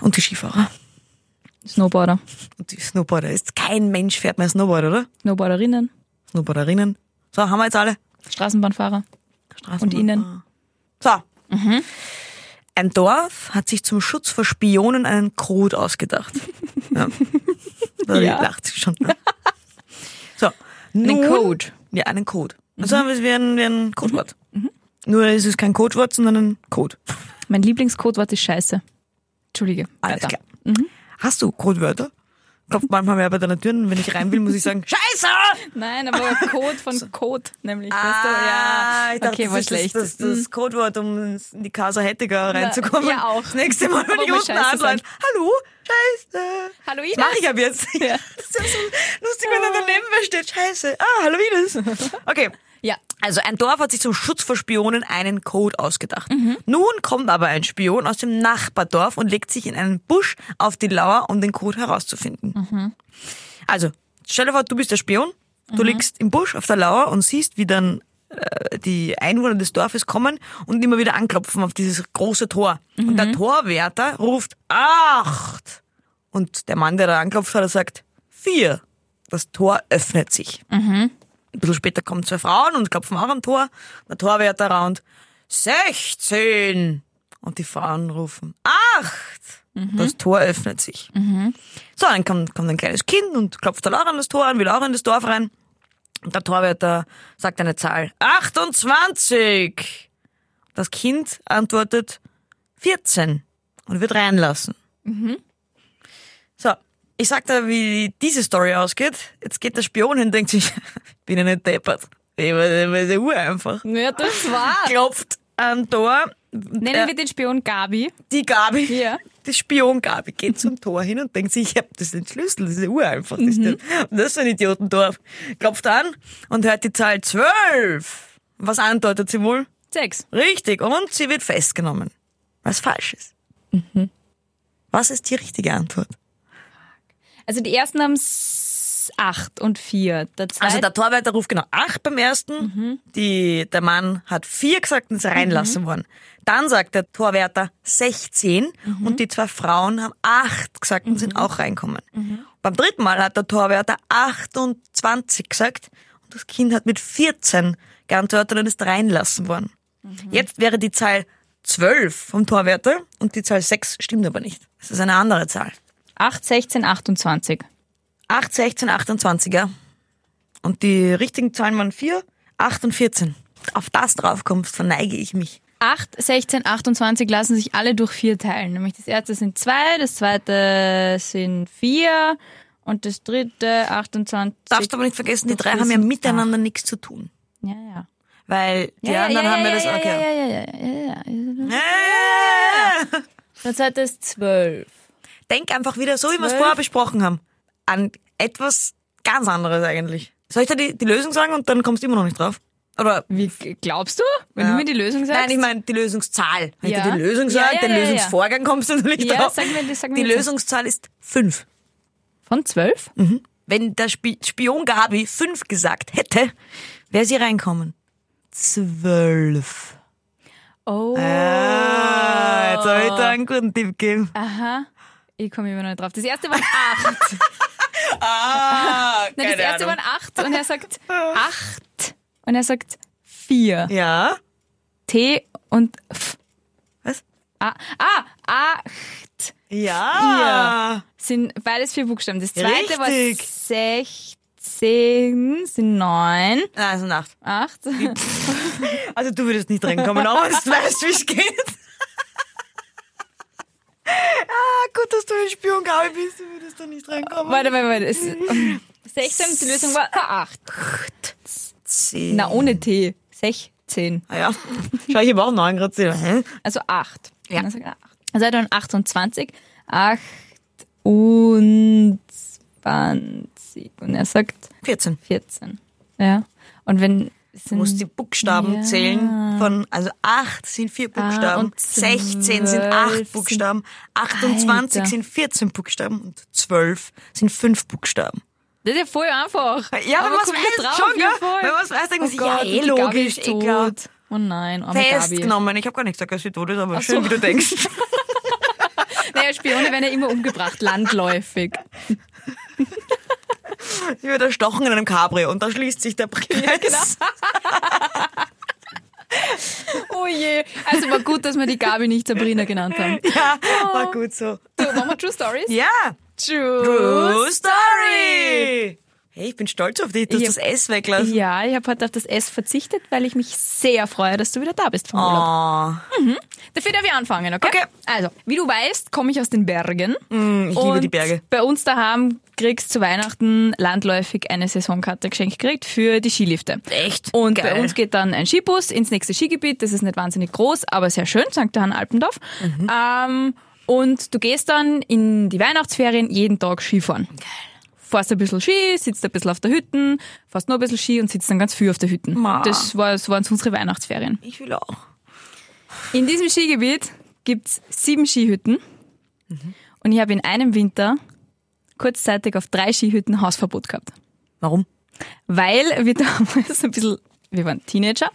[SPEAKER 3] Und die Skifahrer.
[SPEAKER 2] Snowboarder.
[SPEAKER 3] Und die Snowboarder. Ist kein Mensch fährt mehr Snowboard, oder?
[SPEAKER 2] Snowboarderinnen.
[SPEAKER 3] Snowboarderinnen. So, haben wir jetzt alle.
[SPEAKER 2] Straßenbahnfahrer.
[SPEAKER 3] Straßenbahn.
[SPEAKER 2] Ihnen?
[SPEAKER 3] So. Mhm. Ein Dorf hat sich zum Schutz vor Spionen einen Code ausgedacht. Ja. Da
[SPEAKER 2] Ja.
[SPEAKER 3] lacht sie schon. Ne? So. Nun,
[SPEAKER 2] Code.
[SPEAKER 3] Ja, einen Code.
[SPEAKER 2] Mhm.
[SPEAKER 3] Also haben wir es wie ein, wie ein Codewort. Nur ist es kein Codewort, sondern ein Code.
[SPEAKER 2] Mein Lieblingscodewort ist Scheiße. Entschuldige.
[SPEAKER 3] Alles
[SPEAKER 2] Weiter.
[SPEAKER 3] klar. Hast du Codewörter? klopft manchmal wer bei deiner Tür und wenn ich rein will, muss ich sagen, Scheiße!
[SPEAKER 2] Nein, aber Code von Code, nämlich. weißt du,
[SPEAKER 3] Ah,
[SPEAKER 2] ja.
[SPEAKER 3] ich dachte,
[SPEAKER 2] okay, war
[SPEAKER 3] das ist
[SPEAKER 2] schlecht. Mhm.
[SPEAKER 3] das, das, das Codewort, um in die Casa Hettiger reinzukommen.
[SPEAKER 2] ja, auch.
[SPEAKER 3] Das nächste Mal, wenn
[SPEAKER 2] Aber
[SPEAKER 3] ich
[SPEAKER 2] mit
[SPEAKER 3] unten
[SPEAKER 2] Scheiße
[SPEAKER 3] anlande, hallo, Scheiße.
[SPEAKER 2] Hallo,
[SPEAKER 3] Das
[SPEAKER 2] Ines.
[SPEAKER 3] mache ich ab jetzt.
[SPEAKER 2] Ja. Ah.
[SPEAKER 3] Das ist ja so lustig, wenn dann daneben wer steht, Scheiße. Ah, hallo, Ines. Okay.
[SPEAKER 2] Ja.
[SPEAKER 3] Also ein Dorf hat sich zum Schutz vor Spionen einen Code ausgedacht. Nun kommt aber ein Spion aus dem Nachbardorf und legt sich in einen Busch auf die Lauer, um den Code herauszufinden. Also, stell dir vor, du bist der Spion, du liegst im Busch auf der Lauer und siehst, wie dann äh, die Einwohner des Dorfes kommen und immer wieder anklopfen auf dieses große Tor. Und der Torwärter ruft Acht! Und der Mann, der da anklopft hat, er sagt Vier. Das Tor öffnet sich. Ein bisschen später kommen zwei Frauen und klopfen auch am Tor. Der Torwärter raunt 16. Und die Frauen rufen 8. Das Tor öffnet sich. So, dann kommt, kommt ein kleines Kind und klopft dann auch an das Tor an, will auch in das Dorf rein. Und der Torwärter sagt eine Zahl. 28. Das Kind antwortet 14 und wird reinlassen. So, ich sag dir, wie diese Story ausgeht. Jetzt geht der Spion hin und denkt sich, bin ich nicht deppert. Ich weiß ja Uhr einfach.
[SPEAKER 2] Ja, das war.
[SPEAKER 3] Klopft am Tor.
[SPEAKER 2] Nennen
[SPEAKER 3] Äh,
[SPEAKER 2] wir den Spion Gabi.
[SPEAKER 3] die Gabi,
[SPEAKER 2] Ja.
[SPEAKER 3] die Spion Gabi, geht zum Tor hin und denkt sich, ich hab das den Schlüssel, das ist ja ureinfach. Das, ist ja- das ist so ein Idiotendorf. Klopft an und hört die Zahl 12. Was andeutet sie wohl?
[SPEAKER 2] Sechs.
[SPEAKER 3] Richtig, und sie wird festgenommen. Was falsch ist. Was ist die richtige Antwort?
[SPEAKER 2] Also die ersten haben s- acht und vier. Der
[SPEAKER 3] Also
[SPEAKER 2] zweite
[SPEAKER 3] der Torwärter ruft genau 8 beim ersten. Die, der Mann hat 4 gesagt und ist reinlassen worden. Dann sagt der Torwärter 16 und die zwei Frauen haben 8 gesagt und sind auch reinkommen. Beim dritten Mal hat der Torwärter 28 gesagt und das Kind hat mit 14 geantwortet und ist reinlassen worden. Jetzt wäre die Zahl 12 vom Torwärter und die Zahl 6 stimmt aber nicht. Es ist eine andere Zahl.
[SPEAKER 2] acht, sechzehn, achtundzwanzig.
[SPEAKER 3] 8, 16, 28, ja. Und die richtigen Zahlen waren 4, 8 und 14. Auf das drauf kommst, verneige ich mich.
[SPEAKER 2] 8, 16, 28 lassen sich alle durch vier teilen. Nämlich das erste sind zwei, das zweite sind vier und das dritte 28.
[SPEAKER 3] Darfst aber nicht vergessen, die
[SPEAKER 2] Doch,
[SPEAKER 3] drei
[SPEAKER 2] wir
[SPEAKER 3] haben ja
[SPEAKER 2] sind
[SPEAKER 3] miteinander nichts zu tun.
[SPEAKER 2] Ja, ja.
[SPEAKER 3] Weil die
[SPEAKER 2] Ja, ja,
[SPEAKER 3] anderen
[SPEAKER 2] ja,
[SPEAKER 3] haben ja
[SPEAKER 2] ja,
[SPEAKER 3] das
[SPEAKER 2] ja,
[SPEAKER 3] okay.
[SPEAKER 2] ja, ja, ja, ja, ja, ja.
[SPEAKER 3] Äh,
[SPEAKER 2] Der zweite ist 12.
[SPEAKER 3] Denk einfach wieder so, wie wir es
[SPEAKER 2] Zwölf.
[SPEAKER 3] vorher besprochen haben. An etwas ganz anderes eigentlich. Soll ich dir die, die Lösung sagen und dann kommst du immer noch nicht drauf? Oder
[SPEAKER 2] Wie g- glaubst du? Wenn du mir die Lösung sagst?
[SPEAKER 3] Nein, ich meine die Lösungszahl. Wenn
[SPEAKER 2] Ja.
[SPEAKER 3] ich dir die Lösung
[SPEAKER 2] Ja,
[SPEAKER 3] sage,
[SPEAKER 2] ja,
[SPEAKER 3] den
[SPEAKER 2] ja, ja.
[SPEAKER 3] Lösungsvorgang kommst du natürlich
[SPEAKER 2] Ja,
[SPEAKER 3] drauf.
[SPEAKER 2] sag mir- sag mir
[SPEAKER 3] die
[SPEAKER 2] jetzt.
[SPEAKER 3] Lösungszahl ist 5.
[SPEAKER 2] Von 12?
[SPEAKER 3] Hm. Wenn der Spi Spion Gabi fünf gesagt hätte, wäre sie reinkommen. Zwölf.
[SPEAKER 2] Oh.
[SPEAKER 3] Ah, jetzt habe ich da einen guten Tipp gegeben.
[SPEAKER 2] Aha. Ich komme immer noch nicht drauf. Das erste waren 8.
[SPEAKER 3] Ah,
[SPEAKER 2] Nein, das erste waren 8 und er sagt 8 und er sagt 4.
[SPEAKER 3] Ja.
[SPEAKER 2] T und F.
[SPEAKER 3] Was?
[SPEAKER 2] Ah, ah, acht
[SPEAKER 3] Ja.
[SPEAKER 2] sind beides vier Buchstaben. Das zweite war
[SPEAKER 3] Richtig.
[SPEAKER 2] 16, sind neun,
[SPEAKER 3] Nein, also Nacht.
[SPEAKER 2] acht.
[SPEAKER 3] Also du würdest nicht reinkommen, aber du weißt, wie es geht. ah, gut, dass du ein Spion Gabi bist, du würdest da nicht reinkommen.
[SPEAKER 2] Warte, warte, warte. Es- 16, die Lösung war acht.
[SPEAKER 3] Zehn.
[SPEAKER 2] Na, ohne T. 16.
[SPEAKER 3] Ah, ja. Schau, ich habe auch 9 Grad. Hä?
[SPEAKER 2] Also acht.
[SPEAKER 3] Ja.
[SPEAKER 2] Also acht. Also dann 28. 28. Und er sagt
[SPEAKER 3] 14.
[SPEAKER 2] 14. Ja. Und wenn.
[SPEAKER 3] Du
[SPEAKER 2] Sind
[SPEAKER 3] musst die Buchstaben
[SPEAKER 2] Ja.
[SPEAKER 3] zählen. Von, also 8 sind 4 Buchstaben,
[SPEAKER 2] und
[SPEAKER 3] 16 sind
[SPEAKER 2] zwölf
[SPEAKER 3] 8
[SPEAKER 2] sind-
[SPEAKER 3] Buchstaben, 28
[SPEAKER 2] Alter.
[SPEAKER 3] sind 14 Buchstaben und 12 sind 5 Buchstaben.
[SPEAKER 2] Das ist ja voll einfach.
[SPEAKER 3] man's
[SPEAKER 2] komm nicht ja, voll.
[SPEAKER 3] Wenn man es weiß, denkt man sich,
[SPEAKER 2] Oh
[SPEAKER 3] ja,
[SPEAKER 2] Gott,
[SPEAKER 3] eh
[SPEAKER 2] die Gabi
[SPEAKER 3] logisch,
[SPEAKER 2] ist
[SPEAKER 3] eh klar.
[SPEAKER 2] tot. Oh nein, arme Gabi.
[SPEAKER 3] Festgenommen. Ich habe gar nicht gesagt, dass sie tot ist, aber
[SPEAKER 2] Ach
[SPEAKER 3] schön,
[SPEAKER 2] so.
[SPEAKER 3] wie du denkst.
[SPEAKER 2] Naja, Spione werden ja immer umgebracht, landläufig.
[SPEAKER 3] Sie wird erstochen in einem Cabrio und da schließt sich der Kreis. Ja, genau.
[SPEAKER 2] Oh je. Also war gut, dass wir die Gabi nicht Sabrina genannt haben.
[SPEAKER 3] ja, war
[SPEAKER 2] Oh.
[SPEAKER 3] gut so.
[SPEAKER 2] So, machen wir True Stories?
[SPEAKER 3] Ja.
[SPEAKER 2] True.
[SPEAKER 3] True Story. Hey, ich bin stolz auf dich, dass du
[SPEAKER 2] Ich
[SPEAKER 3] das
[SPEAKER 2] hab-
[SPEAKER 3] S weglassen.
[SPEAKER 2] Ja, ich habe heute auf das S verzichtet, weil ich mich sehr freue, dass du wieder da bist vom Urlaub.
[SPEAKER 3] Oh,
[SPEAKER 2] Dafür darf ich anfangen, okay?
[SPEAKER 3] Okay. Mm,
[SPEAKER 2] Also, wie du weißt, komme ich aus den Bergen.
[SPEAKER 3] ich Oh, liebe die Berge.
[SPEAKER 2] Bei uns daheim kriegst zu Weihnachten landläufig eine Saisonkarte geschenkt gekriegt für die Skilifte.
[SPEAKER 3] Echt?
[SPEAKER 2] Und
[SPEAKER 3] Geil.
[SPEAKER 2] bei uns geht dann ein Skibus ins nächste Skigebiet. Das ist nicht wahnsinnig groß, aber sehr schön, St. Johann Alpendorf.
[SPEAKER 3] Mhm.
[SPEAKER 2] Ähm, und du gehst dann in die Weihnachtsferien jeden Tag Skifahren. Geil. Fährst ein bisschen Ski, sitzt ein bisschen auf der Hütten, fährst noch ein bisschen Ski und sitzt dann ganz viel auf der Hütten.
[SPEAKER 3] Ma.
[SPEAKER 2] Das, war, das waren so unsere Weihnachtsferien.
[SPEAKER 3] Ich will auch.
[SPEAKER 2] In diesem Skigebiet gibt's sieben Skihütten.
[SPEAKER 3] Mhm.
[SPEAKER 2] Und ich habe in einem Winter kurzzeitig auf drei Skihütten Hausverbot gehabt.
[SPEAKER 3] Warum?
[SPEAKER 2] Weil wir damals ein bisschen, wir waren Teenager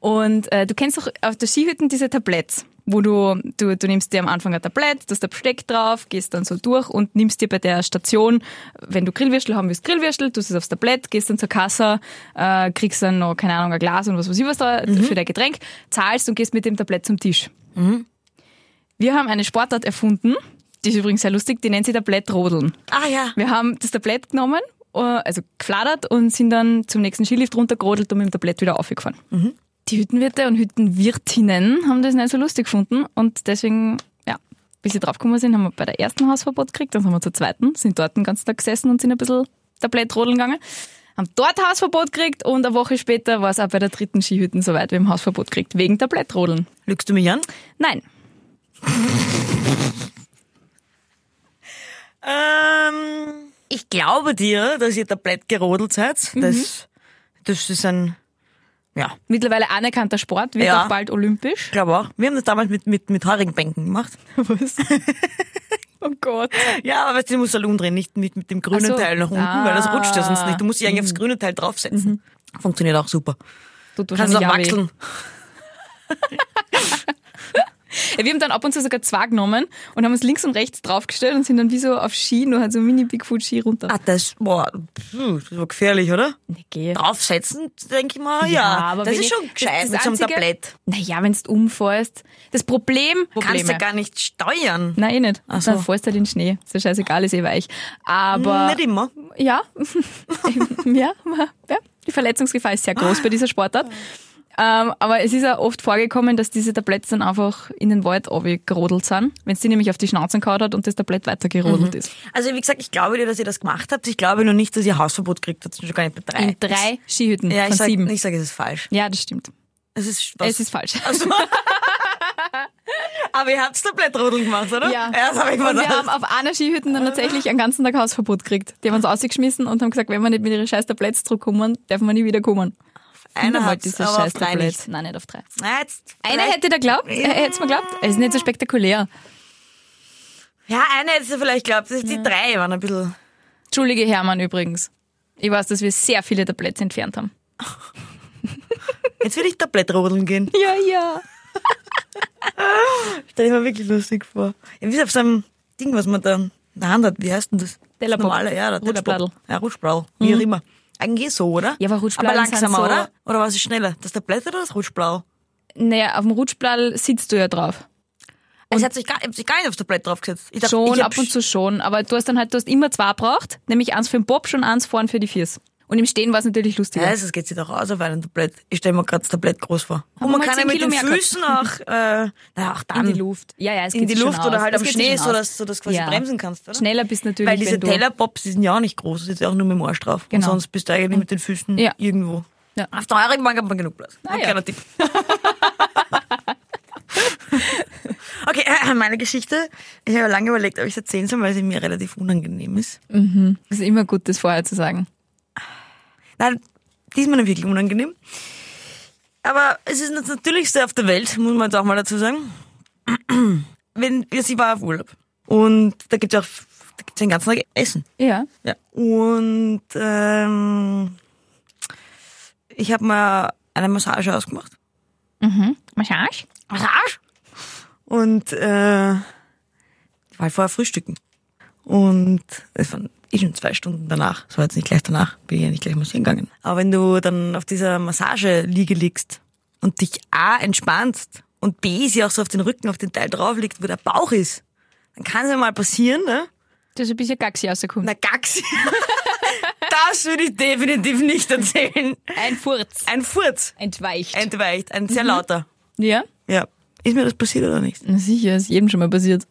[SPEAKER 2] und äh, du kennst doch auf der Skihütten diese Tabletts, wo du, du, du nimmst dir am Anfang ein Tablett, du hast da Besteck drauf, gehst dann so durch und nimmst dir bei der Station, wenn du Grillwürstel haben willst, Grillwürstel, tust es aufs Tablett, gehst dann zur Kasse, äh, kriegst dann noch, keine Ahnung, ein Glas und was weiß ich was da für dein Getränk, zahlst und gehst mit dem Tablett zum Tisch. Wir haben eine Sportart erfunden, die ist übrigens sehr lustig, die nennt sich Tablettrodeln.
[SPEAKER 3] Ah ja.
[SPEAKER 2] Wir haben das Tablett genommen, äh, also gefladert und sind dann zum nächsten Skilift runtergerodelt und mit dem Tablett wieder aufgefahren. Die Hüttenwirte und Hüttenwirtinnen haben das nicht so lustig gefunden und deswegen, ja, bis sie draufgekommen sind, haben wir bei der ersten Hausverbot gekriegt, dann sind wir zur zweiten, sind dort den ganzen Tag gesessen und sind ein bisschen Tablettrodeln gegangen. Haben dort Hausverbot gekriegt und eine Woche später war es auch bei der dritten Skihütten soweit, wir haben Hausverbot gekriegt, wegen Tablettrodeln.
[SPEAKER 3] Lügst du mich an?
[SPEAKER 2] Nein,
[SPEAKER 3] Ähm, ich glaube dir, dass ihr Tablett gerodelt seid. Das, das ist ein, ja,
[SPEAKER 2] mittlerweile anerkannter Sport, wird
[SPEAKER 3] Ja.
[SPEAKER 2] auch bald olympisch.
[SPEAKER 3] ich glaube auch. Wir haben das damals mit, mit, mit Heringbänken gemacht.
[SPEAKER 2] Was? oh Gott.
[SPEAKER 3] Ja, aber weißt du, du musst halt umdrehen, nicht mit, mit dem grünen
[SPEAKER 2] Ach so.
[SPEAKER 3] Teil nach unten, weil das rutscht ja sonst nicht. Du musst dich eigentlich aufs grüne Teil draufsetzen. Funktioniert auch super.
[SPEAKER 2] Tut
[SPEAKER 3] Kannst
[SPEAKER 2] wahrscheinlich
[SPEAKER 3] Mhm. auch
[SPEAKER 2] auch weh.
[SPEAKER 3] wachseln.
[SPEAKER 2] Ja, wir haben dann ab und zu sogar zwei genommen und haben uns links und rechts draufgestellt und sind dann wie so auf Ski, nur halt so Mini-Bigfoot-Ski runter.
[SPEAKER 3] Ah, das, boah, pfuh, das war gefährlich, oder?
[SPEAKER 2] nee, geh.
[SPEAKER 3] Draufsetzen, denke ich mal, ja. das
[SPEAKER 2] wenn
[SPEAKER 3] ist
[SPEAKER 2] ich-
[SPEAKER 3] schon gescheit mit so einem
[SPEAKER 2] Einzige-
[SPEAKER 3] Tablett.
[SPEAKER 2] Naja, wenn du umfährst. Das Problem,
[SPEAKER 3] Kannst
[SPEAKER 2] Probleme.
[SPEAKER 3] du gar nicht steuern.
[SPEAKER 2] Nein, eh nicht.
[SPEAKER 3] Ach so.
[SPEAKER 2] Dann fährst du halt in den Schnee. Ist ja scheißegal, ist eh weich. Aber
[SPEAKER 3] Nicht immer.
[SPEAKER 2] ja, ja, ja, die Verletzungsgefahr ist sehr groß bei dieser Sportart. Ähm, aber es ist ja oft vorgekommen, dass diese Tabletts dann einfach in den Wald gerodelt sind, wenn es die nämlich auf die Schnauze gehauen hat und das Tablett weitergerodelt ist.
[SPEAKER 3] Also wie gesagt, ich glaube dir, dass ihr das gemacht habt. Ich glaube nur nicht, dass ihr Hausverbot kriegt. Das sind schon gar nicht bei drei.
[SPEAKER 2] In drei Skihütten
[SPEAKER 3] ja, Äh, ich
[SPEAKER 2] von
[SPEAKER 3] sag,
[SPEAKER 2] sieben.
[SPEAKER 3] ich sag, es ist falsch.
[SPEAKER 2] Ja, das stimmt.
[SPEAKER 3] Es ist was.
[SPEAKER 2] Es ist falsch.
[SPEAKER 3] Aber ihr habt's Tablettrodeln gemacht, oder?
[SPEAKER 2] Ja.
[SPEAKER 3] ja das hab ich mir
[SPEAKER 2] Und wir
[SPEAKER 3] gedacht.
[SPEAKER 2] haben auf einer Skihütten dann tatsächlich einen ganzen Tag Hausverbot gekriegt. Die haben uns ausgeschmissen und haben gesagt, wenn wir nicht mit ihren scheiß Tabletts zurückkommen, dürfen wir nie wieder kommen.
[SPEAKER 3] Einer
[SPEAKER 2] Niemand
[SPEAKER 3] hat
[SPEAKER 2] dieses
[SPEAKER 3] aber auf drei
[SPEAKER 2] Tablett.
[SPEAKER 3] nicht.
[SPEAKER 2] Nein, nicht auf drei.
[SPEAKER 3] Na, jetzt
[SPEAKER 2] Einer
[SPEAKER 3] vielleicht-
[SPEAKER 2] hätte da glaubt, äh, hätte mir glaubt. Es ist nicht so spektakulär.
[SPEAKER 3] Ja, einer hätte es vielleicht glaubt. Das- Die drei waren ein bisschen...
[SPEAKER 2] Entschuldige Hermann übrigens. Ich weiß, dass wir sehr viele Tabletts entfernt haben.
[SPEAKER 3] Jetzt will ich Tablettrodeln gehen.
[SPEAKER 2] Ja, ja.
[SPEAKER 3] Stell dir mal wirklich lustig vor. Ja, wie auf so einem Ding, was man da in der Hand hat. Wie heißt denn das? Das
[SPEAKER 2] Tellerpop.
[SPEAKER 3] normale, ja, der
[SPEAKER 2] Rutschbladel.
[SPEAKER 3] Tellerpop. Ja, Rutschbladel. Wie auch immer. Eigentlich eh so, oder?
[SPEAKER 2] Ja, aber Rutschbladeln
[SPEAKER 3] Mhm. Aber langsamer,
[SPEAKER 2] sind so-
[SPEAKER 3] oder? Oder was ist schneller? Das Tablett oder das Rutschbladel?
[SPEAKER 2] Naja, auf dem Rutschbladel sitzt du ja drauf.
[SPEAKER 3] Also ich habe sich, gar- ich hab sich gar nicht aufs Tablett draufgesetzt. Ich dachte,
[SPEAKER 2] Schon,
[SPEAKER 3] ich hab
[SPEAKER 2] ab und zu schon. Aber du hast dann halt, du hast immer zwei braucht, nämlich eins für den Bob und eins vorn für die Viers. Und im Stehen war es natürlich lustiger.
[SPEAKER 3] Ja, das geht sich doch aus auf einem Tablett. Ich stelle mir gerade das Tablett groß vor.
[SPEAKER 2] Aber
[SPEAKER 3] und man
[SPEAKER 2] mal
[SPEAKER 3] kann ja
[SPEAKER 2] 10
[SPEAKER 3] mit
[SPEAKER 2] Kilo
[SPEAKER 3] den
[SPEAKER 2] mehr gehabt.
[SPEAKER 3] Füßen auch, äh, na, auch dann
[SPEAKER 2] in die Luft. Ja, ja, es
[SPEAKER 3] in
[SPEAKER 2] geht
[SPEAKER 3] die
[SPEAKER 2] sich
[SPEAKER 3] Luft
[SPEAKER 2] schon
[SPEAKER 3] oder
[SPEAKER 2] aus.
[SPEAKER 3] halt
[SPEAKER 2] Das
[SPEAKER 3] am
[SPEAKER 2] geht
[SPEAKER 3] Schnee,
[SPEAKER 2] sich schon
[SPEAKER 3] sodass
[SPEAKER 2] aus.
[SPEAKER 3] du das quasi
[SPEAKER 2] Ja.
[SPEAKER 3] bremsen kannst, oder?
[SPEAKER 2] Schneller bist natürlich,
[SPEAKER 3] Weil diese
[SPEAKER 2] wenn du...
[SPEAKER 3] Tellerpops, die sind ja auch nicht groß, die sind ja auch nur mit dem Arsch drauf. Und
[SPEAKER 2] Genau.
[SPEAKER 3] sonst bist du eigentlich mit den Füßen
[SPEAKER 2] Ja.
[SPEAKER 3] irgendwo.
[SPEAKER 2] Ja.
[SPEAKER 3] Auf der Eurobahn hat man genug Platz.
[SPEAKER 2] Ah,
[SPEAKER 3] Ein
[SPEAKER 2] ja.
[SPEAKER 3] kleiner Tipp. okay, äh, meine Geschichte. Ich habe lange überlegt, ob ich es erzählen soll, weil sie mir relativ unangenehm ist.
[SPEAKER 2] Es ist immer gut, das vorher zu sagen.
[SPEAKER 3] Nein, diesmal wirklich unangenehm. Aber es ist das Natürlichste auf der Welt, muss man jetzt auch mal dazu sagen. Wenn, ja, sie war auf Urlaub. Und da gibt es auch da gibt's den ganzen Tag Essen.
[SPEAKER 2] Ja.
[SPEAKER 3] Ja. Und ähm, ich habe mal eine Massage ausgemacht.
[SPEAKER 2] Mhm. Massage?
[SPEAKER 3] Massage? Und äh, ich war halt vorher frühstücken. Und es waren eh schon zwei Stunden danach. Es war jetzt nicht gleich danach, bin ich ja nicht gleich massieren gegangen. Aber wenn du dann auf dieser Massageliege liegst und dich A entspannst und B sie auch so auf den Rücken, auf den Teil drauf liegt, wo der Bauch ist, dann kann es ja mal passieren, ne?
[SPEAKER 2] Du hast ein bisschen Gaxi rausgekommen.
[SPEAKER 3] Na Gaxi. das würde ich definitiv nicht erzählen.
[SPEAKER 2] Ein Furz.
[SPEAKER 3] Ein Furz
[SPEAKER 2] Entweicht.
[SPEAKER 3] entweicht, ein
[SPEAKER 2] Mhm.
[SPEAKER 3] sehr lauter.
[SPEAKER 2] ja?
[SPEAKER 3] Ja. Ist mir das passiert oder nicht?
[SPEAKER 2] Na sicher, ist jedem schon mal passiert.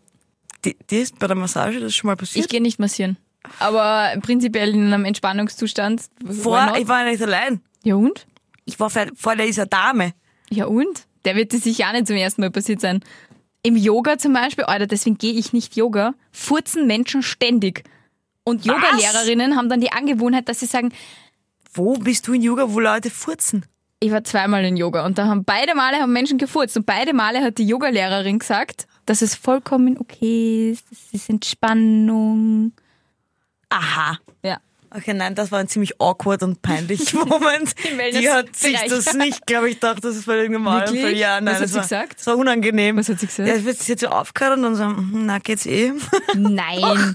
[SPEAKER 3] Di- Dir ist bei der Massage das schon mal passiert?
[SPEAKER 2] Ich gehe nicht massieren. aber prinzipiell in einem Entspannungszustand. why
[SPEAKER 3] Vor,
[SPEAKER 2] not?
[SPEAKER 3] ich war nicht allein.
[SPEAKER 2] ja und?
[SPEAKER 3] Ich war vor vor dieser Dame.
[SPEAKER 2] Ja und? Der wird es sicher auch nicht zum ersten Mal passiert sein. Im Yoga zum Beispiel, Alter, deswegen gehe ich nicht Yoga, furzen Menschen ständig. Und Yoga-Lehrerinnen haben dann die Angewohnheit, dass sie sagen,
[SPEAKER 3] Wo bist du in Yoga, wo Leute furzen?
[SPEAKER 2] ich war zweimal in Yoga und da haben beide Male haben Menschen gefurzt und beide Male hat die Yogalehrerin gesagt, dass es vollkommen okay ist, es ist Entspannung.
[SPEAKER 3] Aha.
[SPEAKER 2] Ja.
[SPEAKER 3] Okay, nein, das war ein ziemlich awkward und peinlich Moment. Die hat sich
[SPEAKER 2] Wellness-Bereich.
[SPEAKER 3] das nicht, glaube ich, dachte, das ist bei irgendeinem
[SPEAKER 2] Wirklich?
[SPEAKER 3] Wahlfall. Ja, nein,
[SPEAKER 2] Was hat
[SPEAKER 3] das
[SPEAKER 2] sie
[SPEAKER 3] war,
[SPEAKER 2] gesagt?
[SPEAKER 3] Das war unangenehm.
[SPEAKER 2] Was hat sie gesagt?
[SPEAKER 3] Ja, ich wird sich jetzt so aufgehört und dann so, mhm, na, geht's eh.
[SPEAKER 2] Nein.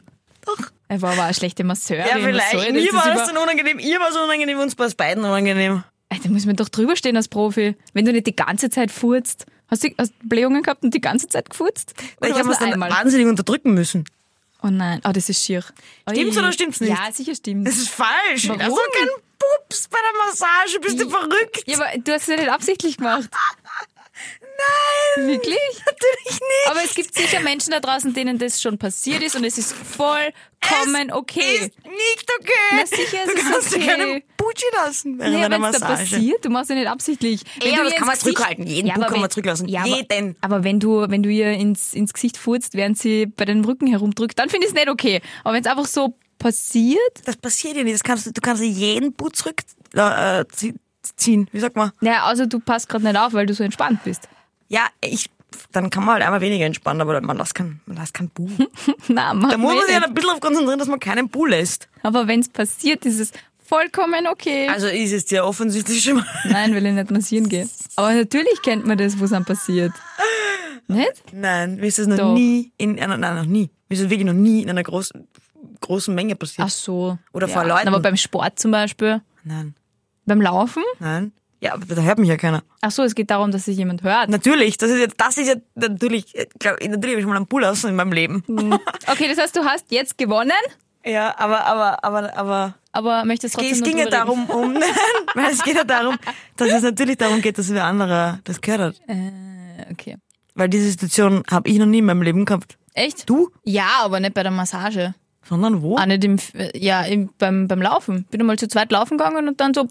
[SPEAKER 2] Er war aber eine schlechte Masseurin.
[SPEAKER 3] Ja,
[SPEAKER 2] was soll
[SPEAKER 3] vielleicht.
[SPEAKER 2] das?
[SPEAKER 3] Mir
[SPEAKER 2] Das
[SPEAKER 3] war
[SPEAKER 2] ist
[SPEAKER 3] das dann unangenehm, ihr war es unangenehm, uns war es beiden unangenehm.
[SPEAKER 2] Da muss man doch drüber stehen als Profi. Wenn du nicht die ganze Zeit furzt. Hast du hast du Blähungen gehabt und die ganze Zeit gefurzt? Oder
[SPEAKER 3] Weil ich
[SPEAKER 2] war's
[SPEAKER 3] habe es
[SPEAKER 2] nur
[SPEAKER 3] dann wahnsinnig unterdrücken müssen.
[SPEAKER 2] Oh nein, oh, das ist schier.
[SPEAKER 3] Stimmt's
[SPEAKER 2] Ui.
[SPEAKER 3] oder stimmt's nicht?
[SPEAKER 2] Ja, sicher
[SPEAKER 3] Das
[SPEAKER 2] stimmt.
[SPEAKER 3] ist falsch.
[SPEAKER 2] Warum?
[SPEAKER 3] Das ist doch kein Pups bei der Massage. Bist du verrückt?
[SPEAKER 2] Ja, aber du hast es ja nicht absichtlich gemacht.
[SPEAKER 3] Nein.
[SPEAKER 2] Wirklich?
[SPEAKER 3] Natürlich nicht.
[SPEAKER 2] Aber es gibt sicher Menschen da draußen, denen das schon passiert ist und es ist vollkommen okay.
[SPEAKER 3] Ist nicht okay.
[SPEAKER 2] Na, sicher ist
[SPEAKER 3] du
[SPEAKER 2] es
[SPEAKER 3] kannst
[SPEAKER 2] okay.
[SPEAKER 3] dir keinen Putschi lassen während
[SPEAKER 2] Naja,
[SPEAKER 3] einer
[SPEAKER 2] wenn es da
[SPEAKER 3] Massage.
[SPEAKER 2] passiert, du machst ja nicht absichtlich. Wenn
[SPEAKER 3] aber
[SPEAKER 2] du
[SPEAKER 3] das
[SPEAKER 2] ihr
[SPEAKER 3] kann man
[SPEAKER 2] ins Gesicht-
[SPEAKER 3] zurückhalten. Jeden
[SPEAKER 2] aber
[SPEAKER 3] Puck kann man
[SPEAKER 2] wenn-
[SPEAKER 3] zurücklassen.
[SPEAKER 2] Ja, aber-
[SPEAKER 3] Jeden.
[SPEAKER 2] Aber wenn du, wenn du ihr ins, ins Gesicht furzt, während sie bei deinem Rücken herumdrückt, dann finde ich es nicht okay. Aber wenn es einfach so passiert,
[SPEAKER 3] Das passiert ja nicht. Das kannst, du- du kannst dir jeden Putz zurückziehen. Wie sagt man?
[SPEAKER 2] naja, also du passt gerade nicht auf, weil du so entspannt bist.
[SPEAKER 3] Ja, ich... Dann kann man halt einmal weniger entspannen, aber man lässt keinen, man lässt keinen Bu.
[SPEAKER 2] Na, mach
[SPEAKER 3] Da muss man
[SPEAKER 2] nicht.
[SPEAKER 3] sich halt ein bisschen auf konzentrieren, dass man keinen Bu lässt.
[SPEAKER 2] Aber wenn es passiert, ist es vollkommen okay.
[SPEAKER 3] Also ist es ja offensichtlich schon mal.
[SPEAKER 2] Nein, will ich nicht massieren gehen. Aber natürlich kennt man das, wo es einem passiert. Nicht?
[SPEAKER 3] Nein, mir ist das noch
[SPEAKER 2] Doch.
[SPEAKER 3] nie in einer, nein, noch nie. Mir ist das wirklich noch nie in einer großen, großen Menge passiert.
[SPEAKER 2] Ach so.
[SPEAKER 3] Oder vor Leuten.
[SPEAKER 2] Aber beim Sport zum Beispiel,
[SPEAKER 3] Nein,
[SPEAKER 2] beim Laufen.
[SPEAKER 3] nein. Ja, aber da hört mich ja keiner.
[SPEAKER 2] Ach so, es geht darum, dass sich jemand hört.
[SPEAKER 3] Natürlich, das ist ja, das ist ja natürlich, ich glaub, natürlich habe ich mal einen Pool aus in meinem Leben.
[SPEAKER 2] Okay, das heißt, du hast jetzt gewonnen,
[SPEAKER 3] Ja, aber, aber, aber, aber.
[SPEAKER 2] aber möchtest trotzdem
[SPEAKER 3] Es
[SPEAKER 2] noch
[SPEAKER 3] ging ja
[SPEAKER 2] drüber reden.
[SPEAKER 3] darum, um, nein, weil es geht ja darum, dass es natürlich darum geht, dass wer anderer das gehört hat.
[SPEAKER 2] Äh, Okay.
[SPEAKER 3] Weil diese Situation habe ich noch nie in meinem Leben gehabt.
[SPEAKER 2] Echt?
[SPEAKER 3] Du?
[SPEAKER 2] Ja, aber nicht bei der Massage.
[SPEAKER 3] Sondern wo?
[SPEAKER 2] Auch nicht im, äh, ja, im, beim, beim Laufen. Bin einmal zu zweit laufen gegangen und dann so,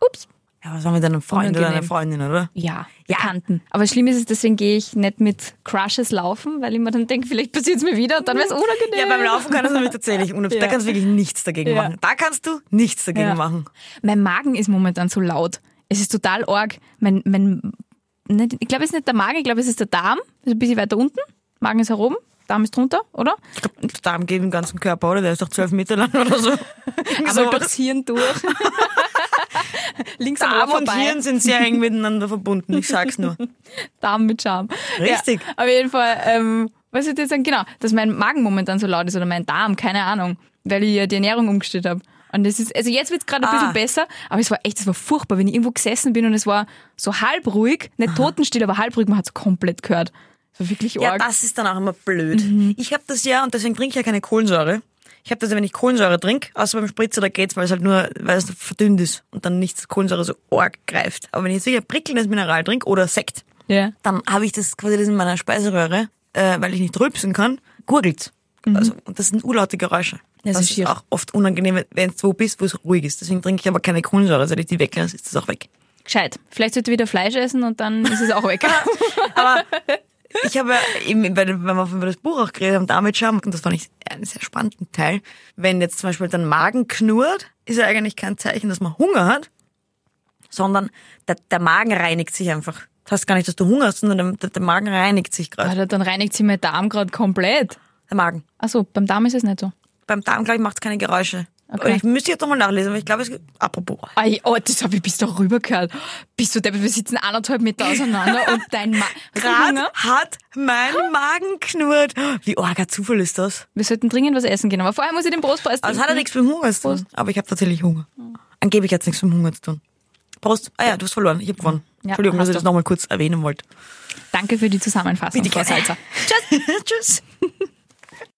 [SPEAKER 2] ups.
[SPEAKER 3] Ja, was war mit deinem Freund oder deiner
[SPEAKER 2] Unangenehm.
[SPEAKER 3] Freundin, oder?
[SPEAKER 2] Ja, Bekannten. Aber schlimm ist es, deswegen gehe ich nicht mit Crushes laufen, weil ich mir dann denke, vielleicht passiert es mir wieder und dann wäre es unangenehm.
[SPEAKER 3] Ja, beim Laufen kannst du nämlich tatsächlich unab- Da
[SPEAKER 2] Ja.
[SPEAKER 3] kannst du wirklich nichts dagegen
[SPEAKER 2] Ja.
[SPEAKER 3] machen. Da kannst du nichts dagegen
[SPEAKER 2] Ja.
[SPEAKER 3] machen.
[SPEAKER 2] Mein Magen ist momentan so laut. Es ist total arg. Mein, mein, nicht, ich glaube, es ist nicht der Magen, ich glaube, es ist der Darm. Ist ein bisschen weiter unten. Magen ist heroben, Darm ist drunter, oder?
[SPEAKER 3] Der Darm geht im ganzen Körper, oder? Der ist doch zwölf Meter lang oder so.
[SPEAKER 2] Aber durchs Hirn durch. Links am Ohr
[SPEAKER 3] Darm und
[SPEAKER 2] vorbei.
[SPEAKER 3] Hirn sind sehr eng miteinander verbunden, ich sag's nur.
[SPEAKER 2] Darm mit Charme.
[SPEAKER 3] Richtig.
[SPEAKER 2] Ja, auf jeden Fall, ähm, was ich jetzt sagen, genau, dass mein Magen momentan so laut ist oder mein Darm, keine Ahnung, weil ich ja die Ernährung umgestellt habe. Und das ist, also jetzt wird's gerade ein
[SPEAKER 3] Ah.
[SPEAKER 2] bisschen besser, aber es war echt, es war furchtbar, wenn ich irgendwo gesessen bin und es war so halb ruhig, nicht totenstill, aber halb ruhig, man hat's komplett gehört. Es war wirklich
[SPEAKER 3] Ah. Ja,
[SPEAKER 2] arg.
[SPEAKER 3] das ist dann auch immer blöd.
[SPEAKER 2] Mhm.
[SPEAKER 3] Ich habe das ja, und deswegen trinke ich ja keine Kohlensäure. Ich habe das ja, wenn ich Kohlensäure trinke, außer beim Spritzer, da geht's, weil es halt nur, weil es verdünnt ist und dann nichts Kohlensäure so arg greift. Aber wenn ich sicher prickelndes Mineral trinke oder Sekt,
[SPEAKER 2] ja.
[SPEAKER 3] dann habe ich das quasi das in meiner Speiseröhre, äh, weil ich nicht rülpsen kann, gurgelt. Also, und das sind urlaute Geräusche.
[SPEAKER 2] Mhm. Das
[SPEAKER 3] Das,
[SPEAKER 2] ist
[SPEAKER 3] ist,
[SPEAKER 2] schier.
[SPEAKER 3] auch oft unangenehm, wenn du wo bist, wo es ruhig ist. Deswegen trinke ich aber keine Kohlensäure, seit ich die weglasse, ist das auch weg.
[SPEAKER 2] Gescheit. Vielleicht sollte ich wieder Fleisch essen und dann ist es auch weg.
[SPEAKER 3] Aber ich habe ja eben, wenn wenn wir über das Buch auch geredet haben, damit schon, und das fand ich einen sehr spannenden Teil, wenn jetzt zum Beispiel dein Magen knurrt, ist ja eigentlich kein Zeichen, dass man Hunger hat, sondern der, der Magen reinigt sich einfach. Das heißt gar nicht, dass du Hunger hast, sondern der, der Magen reinigt sich gerade.
[SPEAKER 2] Alter, dann reinigt sich mein Darm gerade komplett.
[SPEAKER 3] Der Magen.
[SPEAKER 2] Achso, beim Darm ist es nicht so.
[SPEAKER 3] beim Darm, glaube ich, macht es keine Geräusche.
[SPEAKER 2] Okay.
[SPEAKER 3] Ich müsste jetzt nochmal nachlesen, weil ich glaube, es gibt. Apropos.
[SPEAKER 2] Ei, oh, das habe ich bis da rüber gehört. Bist du deppert, wir sitzen anderthalb Meter auseinander und dein Mann.
[SPEAKER 3] Grad hat mein Magen knurrt. Wie arger Zufall ist das?
[SPEAKER 2] Wir sollten dringend was essen gehen, aber vorher muss ich den Brustpreis
[SPEAKER 3] Also es hat ja nichts mit dem Hunger zu tun. Aber ich habe tatsächlich Hunger.
[SPEAKER 2] Mhm.
[SPEAKER 3] Angeblich hat es nichts mit dem Hunger zu tun. Prost. Ah ja, du hast verloren. Ich habe gewonnen.
[SPEAKER 2] Ja,
[SPEAKER 3] Entschuldigung, dass
[SPEAKER 2] hast
[SPEAKER 3] ich das
[SPEAKER 2] du.
[SPEAKER 3] nochmal kurz erwähnen wollte.
[SPEAKER 2] Danke für die Zusammenfassung,
[SPEAKER 3] Bitte
[SPEAKER 2] Frau
[SPEAKER 3] gerne.
[SPEAKER 2] Salzer.
[SPEAKER 3] Tschüss. Tschüss.